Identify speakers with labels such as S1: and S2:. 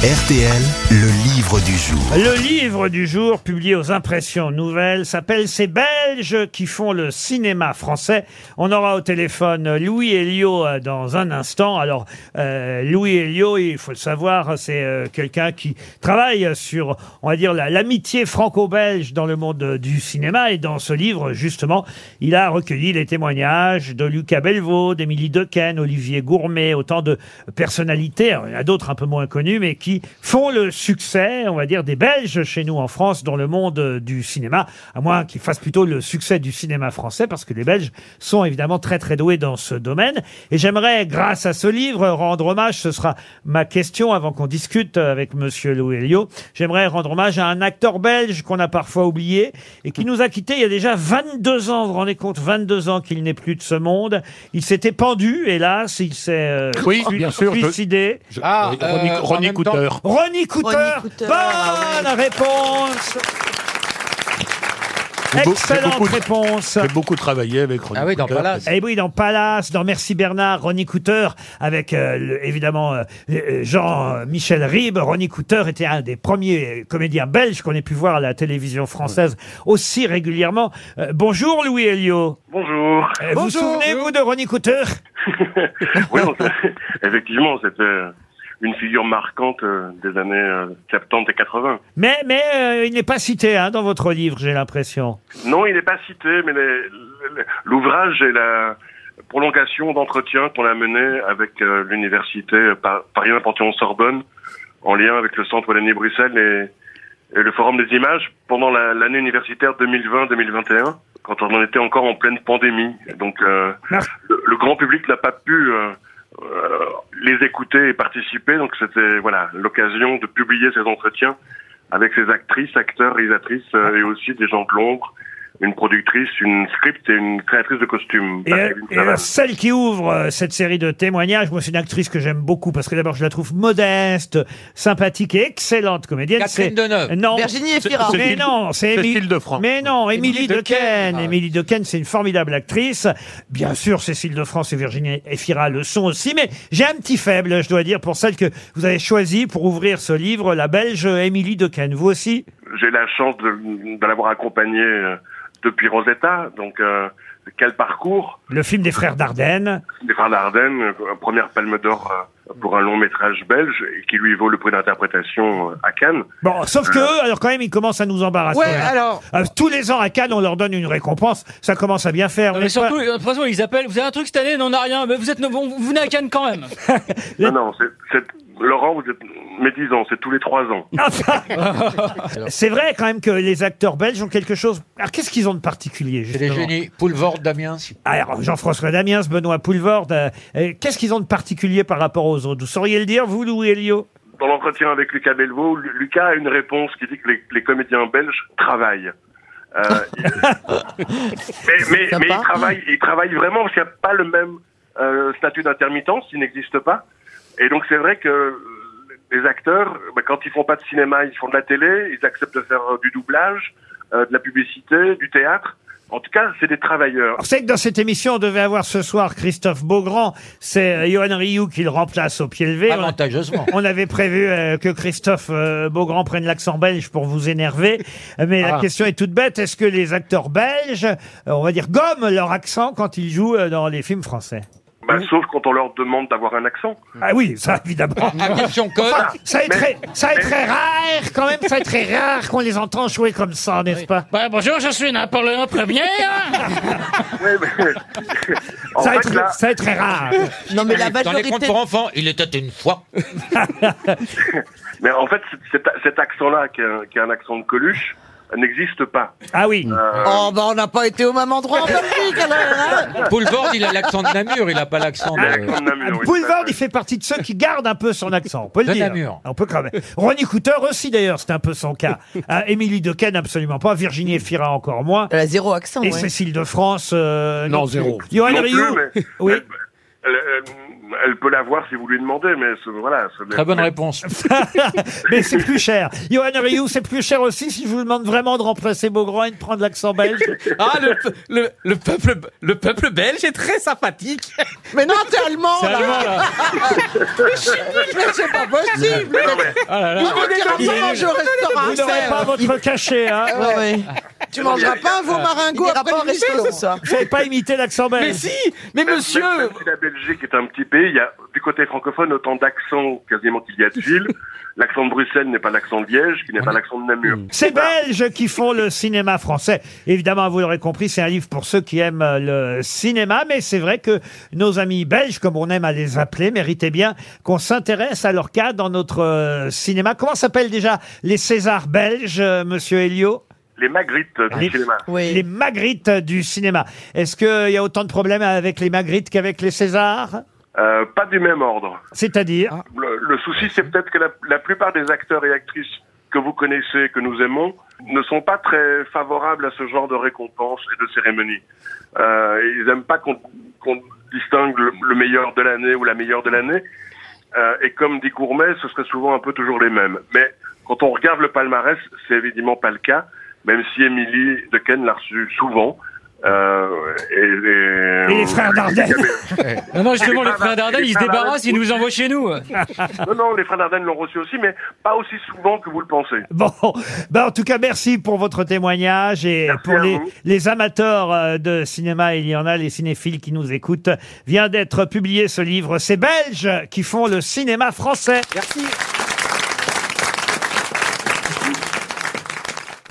S1: RTL, le livre du jour.
S2: Le livre du jour, publié aux Impressions Nouvelles, s'appelle Ces Belges qui font le cinéma français. On aura au téléphone Louis Elio dans un instant. Alors, euh, Louis Elio, il faut le savoir, c'est euh, quelqu'un qui travaille sur, on va dire, la- l'amitié franco-belge dans le monde euh, du cinéma. Et dans ce livre, justement, il a recueilli les témoignages de Lucas Belvaux, d'Émilie Dequesne, Olivier Gourmet, autant de personnalités, alors, il y en a d'autres un peu moins connues, mais qui font le succès, on va dire, des Belges chez nous en France dans le monde euh, du cinéma, à moins qu'ils fassent plutôt le succès du cinéma français, parce que les Belges sont évidemment très très doués dans ce domaine. Et j'aimerais, grâce à ce livre, rendre hommage, ce sera ma question avant qu'on discute avec Monsieur Louelio, j'aimerais rendre hommage à un acteur belge qu'on a parfois oublié et qui nous a quittés il y a déjà 22 ans, vous vous rendez compte, 22 ans qu'il n'est plus de ce monde. Il s'était pendu, hélas, il s'est euh,
S3: Oui,
S2: sui-
S3: bien sûr, je-
S2: suicidé.
S3: Ah,
S4: euh,
S3: Ronnie,
S4: en
S3: Ronnie
S4: même
S3: Cooter.
S2: Ronnie Cooter,
S4: Ronnie Cooter,
S2: bonne réponse
S3: J'ai beau- j'ai
S2: Excellente
S3: beaucoup de-
S2: réponse
S3: J'ai beaucoup travaillé avec Ronnie
S4: Ah oui, dans
S3: Cooter.
S4: Palace.
S2: Eh oui, dans Palace, dans Merci Bernard, Ronnie Cooter, avec euh, le- évidemment euh, euh, Jean-Michel Ribes. Ronnie Cooter était un des premiers euh, comédiens belges qu'on ait pu voir à la télévision française aussi régulièrement. Euh, bonjour Louis Elio.
S5: Bonjour.
S2: Euh, Vous souvenez-vous de Ronnie Cooter
S5: Oui, on s'est- effectivement, c'était euh, une figure marquante euh, des années euh, 70 et 80.
S2: Mais, mais euh, il n'est pas cité hein, dans votre livre, j'ai l'impression.
S5: Non, il n'est pas cité, mais les- les- l'ouvrage est la prolongation d'entretien qu'on a mené avec euh, l'université Par- Paris-Panthéon-Sorbonne en lien avec le Centre Wallonie-Bruxelles et, et le Forum des images pendant la- l'année universitaire 2020-2021 quand on en était encore en pleine pandémie. Et Donc euh,
S2: Merci.
S5: le, le grand public n'a pas pu euh, euh, les écouter et participer, donc c'était voilà l'occasion de publier ces entretiens avec ces actrices, acteurs, réalisatrices euh, et aussi des gens de l'ombre, une productrice, une script et une créatrice de costumes.
S2: Et,
S5: Marie-Hélène
S2: et
S5: Savane.
S2: celle qui ouvre euh, cette série de témoignages, moi c'est une actrice que j'aime beaucoup parce que d'abord je la trouve modeste, sympathique et excellente comédienne.
S4: Catherine Deneuve.
S2: C'est- Non,
S6: Virginie Efira.
S3: C'est-
S2: mais
S3: Cécile-
S2: non, c'est
S3: Cécile
S2: Émilie-
S3: de France.
S2: Mais non, Émilie
S4: Émilie
S2: de
S4: de Caen.
S2: Caen.
S4: Ah.
S2: Émilie de Caen, c'est une formidable actrice. Bien sûr, Cécile de France et Virginie Efira le sont aussi, mais j'ai un petit faible, je dois dire, pour celle que vous avez choisie pour ouvrir ce livre, la Belge Émilie de Caen. Vous aussi
S5: j'ai la chance de, de l'avoir accompagnée euh, depuis Rosetta, donc euh, quel parcours
S2: Le film des frères Dardenne.
S5: des frères Dardenne, euh, première palme d'or euh, pour un long métrage belge et qui lui vaut le prix d'interprétation euh, à Cannes.
S2: Bon, sauf que, eux, alors quand même, ils commencent à nous embarrasser.
S6: Ouais, alors,
S2: Euh, tous les ans à Cannes, on leur donne une récompense. Ça commence à bien faire.
S7: Non,
S2: n'est-ce
S7: mais surtout,
S2: pas
S7: euh, de toute façon, ils appellent. Vous avez un truc cette année Non, on n'a rien. Mais vous êtes, bon, vous venez à Cannes quand même.
S5: Non, non, c'est, c'est- Laurent, vous êtes médisant, c'est tous les trois ans.
S2: Enfin, c'est vrai quand même que les acteurs belges ont quelque chose. Alors qu'est-ce qu'ils ont de particulier
S4: C'est des
S2: justement
S4: génies. Poulvord, Damien.
S2: Alors Jean-François Damiens, Benoît Poulvorde, euh, euh, qu'est-ce qu'ils ont de particulier par rapport aux autres Vous sauriez le dire, vous, Louis Elio
S5: Dans l'entretien avec Lucas Belvaux, Lu- Lucas a une réponse qui dit que les, les comédiens belges travaillent. Euh, mais mais, mais ils, travaillent, ils travaillent vraiment parce qu'il n'y a pas le même euh, statut d'intermittence, il n'existe pas. Et donc c'est vrai que euh, les acteurs, bah, quand ils font pas de cinéma, ils font de la télé, ils acceptent de faire euh, du doublage, euh, de la publicité, du théâtre. En tout cas, c'est des travailleurs.
S2: Alors, c'est que dans cette émission, on devait avoir ce soir Christophe Beaugrand. C'est euh, Johan Rioux qui le remplace au pied levé. On a-
S4: Avantageusement.
S2: On avait prévu euh, que Christophe euh, Beaugrand prenne l'accent belge pour vous énerver, mais la
S3: Ah.
S2: question est toute bête. Est-ce que les acteurs belges, euh, on va dire, gomment leur accent quand ils jouent euh, dans les films français
S5: Bah, Sauf quand on leur demande d'avoir un accent.
S2: Ah oui, ça évidemment.
S4: À Ah, question que.
S2: Ça est,
S5: Mais-
S2: très, ça est
S5: mais-
S2: très rare, quand même, ça est très rare qu'on les entend jouer comme ça, n'est-ce pas
S7: Bah, bonjour, je suis Napoléon Ier.
S5: Ouais, mais- en
S2: ça, est
S5: fait,
S2: très,
S5: là,
S2: ça est très rare.
S6: non mais la
S4: Dans les contes
S6: majorité,
S4: pour enfants, il était une fois.
S5: Mais en fait, cet, cet accent-là, qui est, un, qui est un accent de Coluche, n'existe pas.
S2: Ah oui.
S6: oh bah on n'a pas été au même endroit en Belgique alors. hein.
S4: Poulvord, il a l'accent de Namur, il n'a pas l'accent
S5: Un
S4: de.
S5: accent de Namur, Ah oui.
S2: Ah, Boulevard, il fait partie de ceux qui gardent un peu son accent. On peut le
S4: De
S2: dire.
S4: Namur.
S2: On peut quand même. Ronnie Cooter aussi, d'ailleurs, c'est un peu son cas. Euh, Émilie Dequesne, absolument pas. Virginie Efira, encore moins.
S6: Elle a zéro
S3: Ah
S6: accent.
S2: Et
S6: ouais.
S2: Cécile de France. euh,
S3: Non, zéro.
S2: Johan
S5: Non plus,
S2: Rioux.
S5: mais-
S2: Oui.
S5: Elle- elle- elle- elle peut l'avoir si vous lui demandez, mais ce- voilà. ce n'est-
S4: Très bonne réponse.
S2: Mais c'est plus cher. Johan Rioux, c'est plus cher aussi si je vous demande vraiment de remplacer Beaugrand et de prendre l'accent belge.
S3: Ah, le, pe- le, le peuple, le peuple belge est très sympathique.
S6: Mais non, t'es allemand, là.
S4: Ah,
S7: Allemand, là.
S6: Mais c'est pas possible.
S5: Non, mais-
S2: Ah.
S6: Vous venez
S3: il est
S6: maintenant manger au
S3: Ah,
S2: Vous
S6: restaurant. euh,
S2: n'aurez pas votre cachet, hein.
S6: Tu mangeras pas un
S2: Ah.
S6: veau maringo après le resto ce soir.
S2: Vous savez pas imiter l'accent
S3: Mais
S2: belge.
S3: si, mais
S5: Même
S3: monsieur,
S5: si la Belgique est un petit pays, il y a du côté francophone autant d'accents quasiment qu'il y a de villes. L'accent de Bruxelles n'est pas l'accent de Liège, qui n'est pas l'accent de Namur.
S4: Hmm.
S2: C'est
S3: bah.
S2: Belges qui font le cinéma français. Évidemment, vous l'aurez compris, c'est un livre pour ceux qui aiment euh, le cinéma, mais c'est vrai que nos amis belges, comme on aime à les appeler, méritaient bien qu'on s'intéresse à leur cas dans notre euh, cinéma. Comment s'appellent déjà les Césars belges, euh, monsieur Elio
S5: Les Magrites du
S2: Les-
S5: cinéma.
S2: Les Magrites du cinéma. Est-ce qu'il y a autant de problèmes avec les Magrites qu'avec les Césars
S5: Euh, pas du même ordre.
S2: C'est-à-dire
S5: Le, le souci, c'est peut-être que la, la plupart des acteurs et actrices que vous connaissez, que nous aimons, ne sont pas très favorables à ce genre de récompenses et de cérémonies. Euh, ils n'aiment pas qu'on qu'on distingue le, le meilleur de l'année ou la meilleure de l'année. Euh, et comme dit Gourmet, ce serait souvent un peu toujours les mêmes. Mais quand on regarde le palmarès, c'est évidemment pas le cas, même si Émilie Dequesne l'a reçu souvent. Euh, et,
S2: Et les frères Dardenne
S7: Non, non, justement, le
S5: pas
S7: frère
S5: mal,
S7: Dardenne,
S5: il est
S7: il se
S5: pas mal.
S7: débarrasse, il nous envoie chez nous.
S5: Non, non, les frères Dardenne l'ont reçu aussi, mais pas aussi souvent que vous le pensez.
S2: Bon, bah en tout cas, merci pour votre témoignage et
S5: Merci
S2: pour
S5: à
S2: les,
S5: vous.
S2: les amateurs euh, de cinéma, il y en a, les cinéphiles qui nous écoutent. Vient d'être publié ce livre. C'est Belges qui font le cinéma français.
S6: Merci.